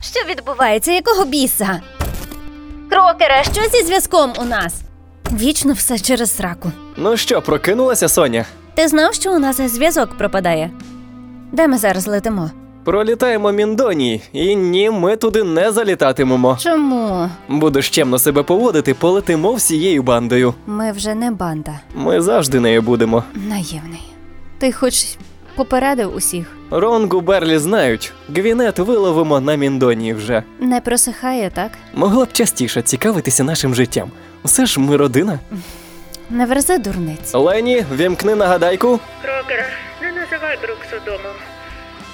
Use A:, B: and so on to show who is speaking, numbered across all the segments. A: Що відбувається? Якого біса? Крокере, що зі зв'язком у нас? Вічно все через сраку.
B: Ну що, прокинулася Соня?
A: Ти знав, що у нас зв'язок пропадає? Де ми зараз летимо?
B: Пролітаємо Міндонії, і ні, ми туди не залітатимемо.
A: Чому?
B: Будеш чемно себе поводити, полетимо всією бандою.
A: Ми вже не банда.
B: Ми завжди нею будемо.
A: Наївний. Ти хоч попередив усіх.
B: Ронгу Берлі знають, гвінет виловимо на Міндонії вже.
A: Не просихає, так?
B: Могла б частіше цікавитися нашим життям. Все ж ми родина.
A: Не верзи дурниць.
B: Лені, вімкни нагадайку.
C: Крокера, не називай Бруксу домом.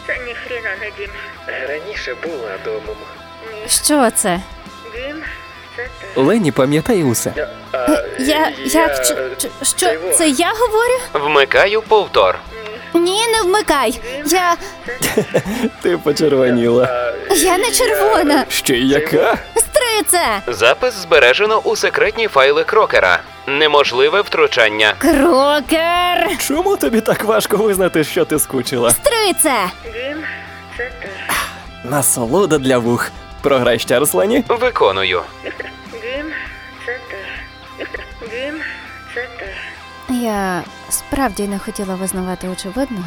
C: Це ні хріна не дім.
D: Раніше була домом.
A: Що це?
C: Дім це ти.
B: Лені пам'ятає усе.
A: Я. як чи- чи- що це я говорю?
D: Вмикаю повтор.
A: Ні, не вмикай. Я.
B: Ти почервоніла.
A: Я не червона.
B: Ще й яка?
A: Стри це!
D: Запис збережено у секретні файли Крокера. Неможливе втручання.
A: Крокер!
B: Чому тобі так важко визнати, що ти скучила?
A: Стри це!
C: Дім це ти.
B: Насолода для вух. Програй ще раз, Лені.
D: Виконую.
C: Дім це ти. Дім це ти.
A: Я справді не хотіла визнавати очевидного.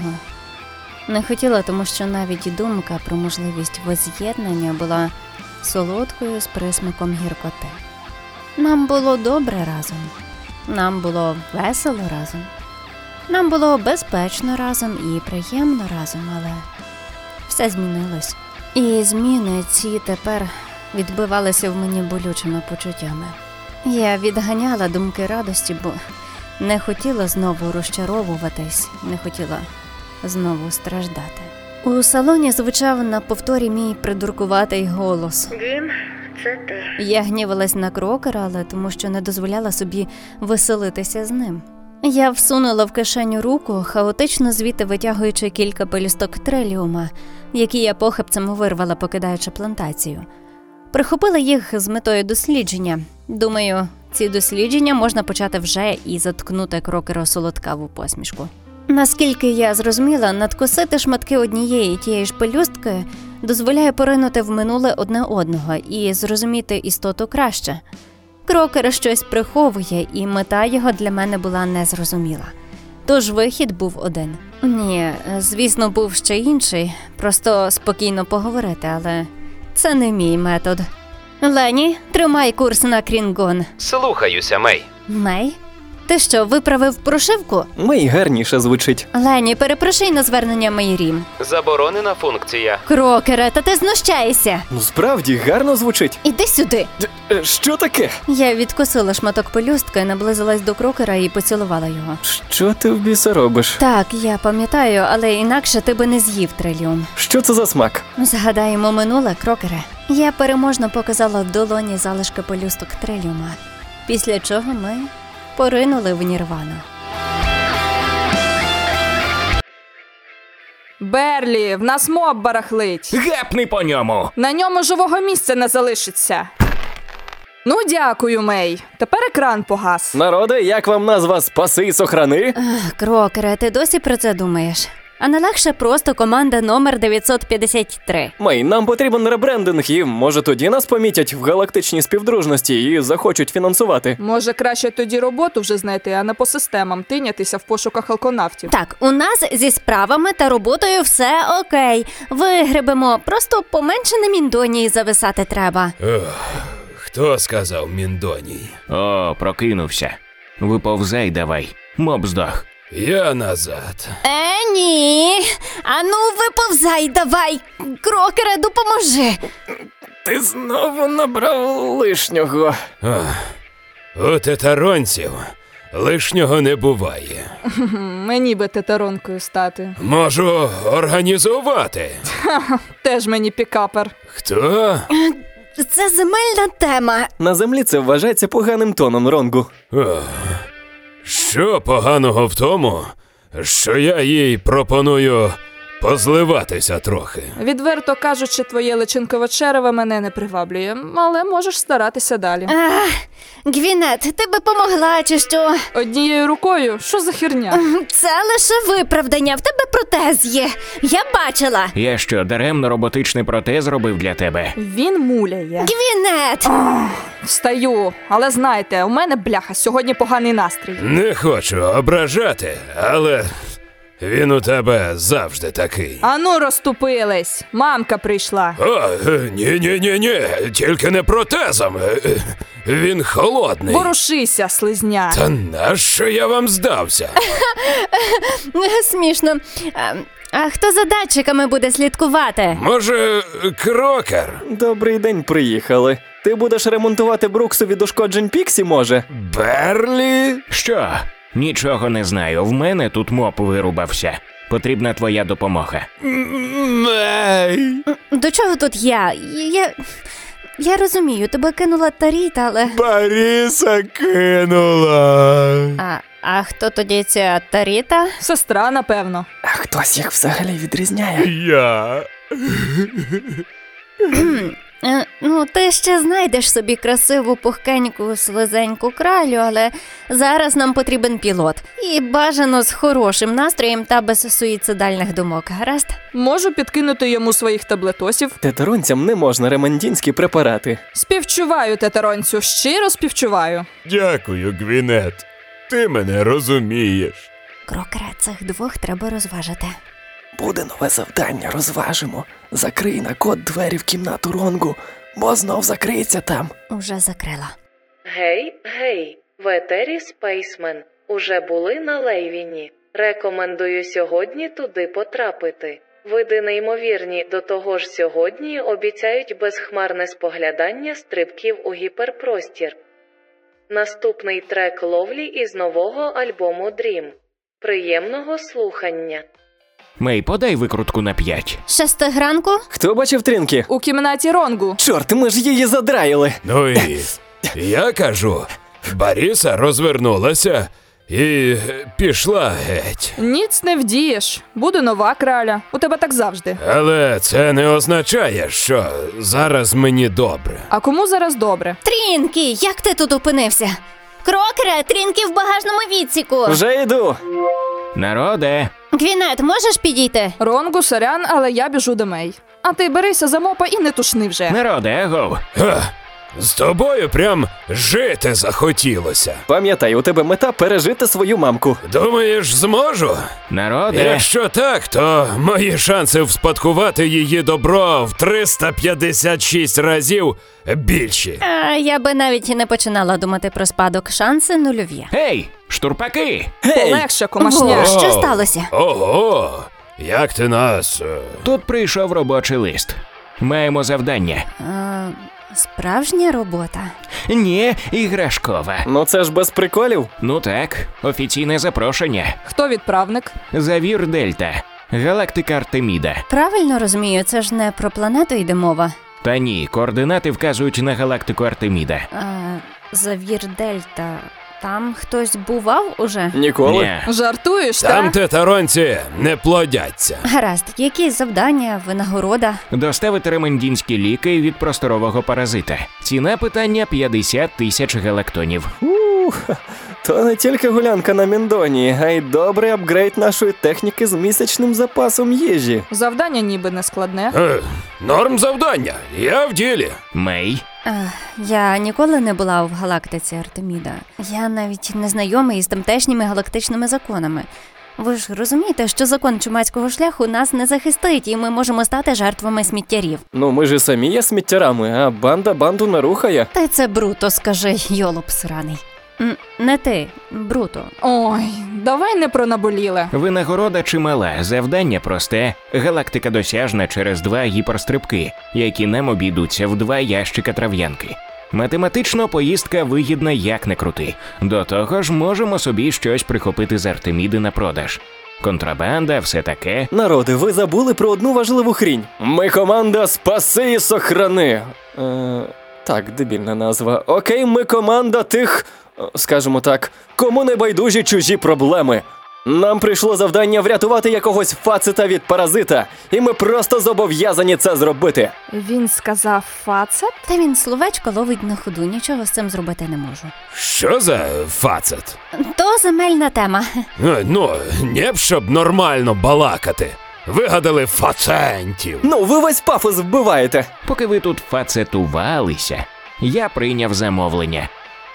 A: Не хотіла, тому що навіть і думка про можливість воз'єднання була солодкою з присмаком гіркоти. Нам було добре разом, нам було весело разом, нам було безпечно разом і приємно разом, але все змінилось. І зміни ці тепер відбивалися в мені болючими почуттями. Я відганяла думки радості, бо не хотіла знову розчаровуватись, не хотіла знову страждати. У салоні звучав на повторі мій придуркуватий голос.
C: Дім це ти.
A: Я гнівалась на крокера, але тому що не дозволяла собі веселитися з ним. Я всунула в кишеню руку, хаотично звідти витягуючи кілька пелюсток треліума, які я похапцем вирвала, покидаючи плантацію. Прихопила їх з метою дослідження. Думаю, ці дослідження можна почати вже і заткнути крокеру солодкаву посмішку. Наскільки я зрозуміла, надкусити шматки однієї і тієї ж пелюстки дозволяє поринути в минуле одне одного і зрозуміти істоту краще. Крокер щось приховує, і мета його для мене була незрозуміла. Тож вихід був один. Ні, звісно, був ще інший, просто спокійно поговорити, але це не мій метод. Лені, тримай курс на Крінгон.
D: Слухаюся, Мей.
A: Мей, ти що, виправив прошивку?
B: Мей гарніше звучить.
A: Лені, перепрошуй на звернення Мейрім.
D: Заборонена функція.
A: Крокере, та ти знущаєшся!
B: Ну справді гарно звучить.
A: Іди сюди!
B: Д- е, Що таке?
A: Я відкосила шматок пелюстки, наблизилась до крокера і поцілувала його.
B: Що ти в біса робиш?
A: Так, я пам'ятаю, але інакше ти би не з'їв триліум.
B: Що це за смак?
A: Згадаємо минуле, крокере. Я переможно показала в долоні залишки пелюсток триліума, після чого ми поринули в нірвану.
E: Берлі, в нас моб барахлить.
F: Гепни по ньому.
E: На ньому живого місця не залишиться. Ну, дякую, Мей. Тепер екран погас.
B: Народе, як вам назва спаси і сохрани?
A: Крокере, ти досі про це думаєш? А не легше просто команда номер 953.
B: Мей, нам потрібен ребрендинг, і може тоді нас помітять в галактичній співдружності і захочуть фінансувати.
E: Може, краще тоді роботу вже знайти, а не по системам тинятися в пошуках алконавтів.
A: Так, у нас зі справами та роботою все окей. Вигребемо, просто поменше на міндонії зависати треба.
G: Хто сказав Міндоній?
F: О, прокинувся. Виповзай давай. Моб здох.
G: Я назад.
A: Е, ні. Ану, виповзай, давай, крокере, допоможи.
B: Ти знову набрав лишнього.
G: У тетаронців лишнього не буває.
E: М, Мені би тетеронкою стати.
G: Можу організувати.
E: Теж мені пікапер.
G: Хто?
A: Це земельна тема.
B: На землі це вважається поганим тоном ронгу.
G: Що поганого в тому, що я їй пропоную позливатися трохи.
E: Відверто кажучи, твоє личинкове черево мене не приваблює, але можеш старатися далі.
A: А, Гвінет, ти би помогла чи що?
E: Однією рукою, що за херня?
A: Це лише виправдання, в тебе протез є. Я бачила.
F: Я що, даремно роботичний протез робив для тебе?
E: Він муляє.
A: Гвінет!
E: Встаю, але знаєте, у мене бляха сьогодні поганий настрій.
G: Не хочу ображати, але він у тебе завжди такий.
E: Ану, розступились. Мамка прийшла.
G: А, ні, ні, ні, ні, тільки не протезом. Е, е, Він холодний.
E: Ворушися, слизня.
G: Та нащо я вам здався?
A: Смішно. А, а хто за датчиками буде слідкувати?
G: Може, крокер?
B: Добрий день, приїхали. Ти будеш ремонтувати Бруксу від ушкоджень Піксі, може?
G: Берлі?
F: Що? Нічого не знаю. В мене тут моп вирубався. Потрібна твоя допомога.
G: Мей.
A: До чого тут я? Я. Я розумію, тебе кинула Таріта, але.
G: Паріса кинула.
A: А, а хто тоді ця Таріта?
E: Сестра, напевно.
B: А хтось їх взагалі відрізняє.
G: Я.
A: Е, Ну, ти ще знайдеш собі красиву пухкеньку слизеньку кралю, але зараз нам потрібен пілот. І бажано з хорошим настроєм та без суїцидальних думок. Гаразд?
E: Можу підкинути йому своїх таблетосів.
B: Тетеронцям не можна ремандінські препарати.
E: Співчуваю тетеронцю, щиро співчуваю.
G: Дякую, Гвінет. Ти мене розумієш.
A: Крокера цих двох треба розважити.
B: Буде нове завдання, розважимо. Закрий на код двері в кімнату ронгу, бо знов закриється там.
A: Уже закрила.
H: Гей, гей, в етері Спейсмен. Уже були на Лейвіні. Рекомендую сьогодні туди потрапити. Види неймовірні, до того ж сьогодні обіцяють безхмарне споглядання стрибків у гіперпростір. Наступний трек ловлі із нового альбому Dream. Приємного слухання!
F: Мей, подай викрутку на п'ять.
A: Шестигранку?
B: Хто бачив тринки?
E: У кімнаті ронгу.
B: Чорт, ми ж її задраїли.
G: Ну і я кажу, Баріса розвернулася і пішла геть.
E: Ніц не вдієш. Буде нова краля. У тебе так завжди.
G: Але це не означає, що зараз мені добре.
E: А кому зараз добре?
A: Трінкі, як ти тут опинився? Крокере, трінкі в багажному відсіку.
B: Вже йду.
F: Народе,
A: Гвінет, можеш підійти?
E: Ронгу, сорян, але я біжу до мей. А ти берися за мопа і не тушни вже.
F: народе, агов.
G: Га, з тобою прям жити захотілося.
B: Пам'ятай, у тебе мета пережити свою мамку.
G: Думаєш, зможу?
F: Народе.
G: Якщо так, то мої шанси вспадкувати її добро в 356 разів більші.
A: А, я би навіть і не починала думати про спадок. Шанси нульові.
F: Гей, штурпаки!
E: Полегше, комашня.
A: О, що
G: О.
A: сталося?
G: Ого, як ти нас. е,
F: Тут прийшов робочий лист. Маємо завдання.
A: А, справжня робота.
F: Ні, іграшкова.
B: Ну це ж без приколів.
F: Ну так, офіційне запрошення.
E: Хто відправник?
F: Завір Дельта. Галактика Артеміда.
A: Правильно розумію, це ж не про планету йде мова.
F: Та ні, координати вказують на галактику Артеміда.
A: А, завір Дельта. Там хтось бував уже?
B: Ніколи.
F: Ні.
E: Жартуєш,
G: Там
E: та?
G: тетаронці не плодяться.
A: Гаразд, які завдання, винагорода?
F: Доставити ремендінські ліки від просторового паразита. Ціна питання 50 тисяч галактонів.
B: Ух, то не тільки гулянка на Міндоні, а й добрий апгрейд нашої техніки з місячним запасом їжі.
E: Завдання ніби не складне.
G: Е, норм завдання, я в ділі.
F: Мей,
A: Ех, Е, Я ніколи не була в галактиці Артеміда. Я навіть не знайома із тамтешніми галактичними законами. Ви ж розумієте, що закон чумацького шляху нас не захистить, і ми можемо стати жертвами сміттярів.
B: Ну ми ж і самі є сміттярами, а банда банду не рухає.
A: Та й це бруто, скажи, йолоп сраний. М, Не ти, бруто.
E: Ой, давай не про наболіле.
F: винагорода чимала, завдання просте. Галактика досяжна через два гіперстрибки, які нам обійдуться в два ящика трав'янки. Математично поїздка вигідна як не крути. До того ж, можемо собі щось прихопити з Артеміди на продаж. Контрабанда, все таке.
B: Народи, ви забули про одну важливу хрінь. Ми команда Спаси і Сохрани. Е, так, дебільна назва. Окей, ми команда тих, е, скажімо так, кому не байдужі чужі проблеми. Нам прийшло завдання врятувати якогось фацита від паразита, і ми просто зобов'язані це зробити.
E: Він сказав фацет?
A: Та він словечко ловить на ходу, нічого з цим зробити не можу.
G: Що за фацет?
A: То земельна тема.
G: Е, Ну, не б щоб нормально балакати. Вигадали фацентів.
B: Ну, ви весь пафос вбиваєте.
F: Поки ви тут фацетувалися, я прийняв замовлення.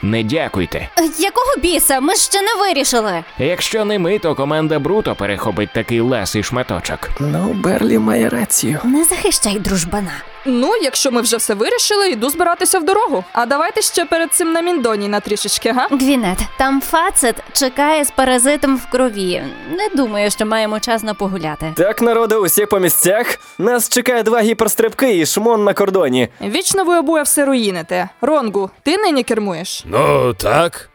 F: Не дякуйте.
A: Якого біса? Ми ж ще не вирішили.
F: Якщо не ми, то команда Бруто перехопить такий ласий шматочок.
B: Ну, Берлі має рацію.
A: Не захищай дружбана.
E: Ну, якщо ми вже все вирішили, йду збиратися в дорогу. А давайте ще перед цим на міндоні на трішечки, га?
A: Гвінет, там фацет чекає з паразитом в крові. Не думаю, що маємо час на погуляти.
B: Так, народи, усі по місцях. Нас чекає два гіперстрибки і шмон на кордоні.
E: Вічно ви обоє все руїните. Ронгу, ти нині кермуєш?
G: Ну, так.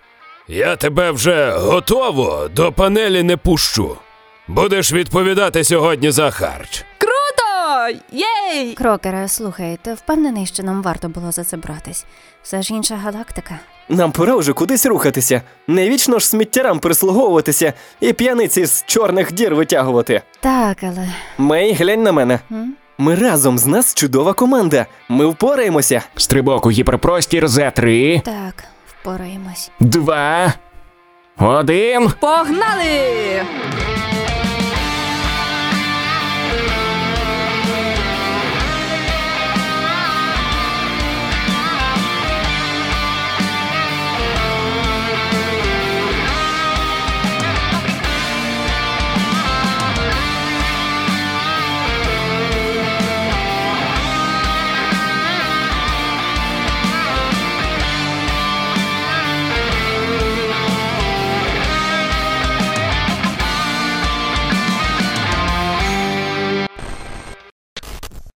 G: Я тебе вже готово до панелі не пущу. Будеш відповідати сьогодні за харч.
E: Круто! Єй!
A: Крокера, слухай, ти впевнений, що нам варто було за це братись. Все ж інша галактика.
B: Нам пора вже кудись рухатися. Не вічно ж сміттярам прислуговуватися і п'яниці з чорних дір витягувати.
A: Так, але
B: Мей, глянь на мене. Ми разом з нас чудова команда. Ми впораємося.
F: Стрибок у гіперпростір за три,
A: так, впораємось.
F: два, один.
E: Погнали!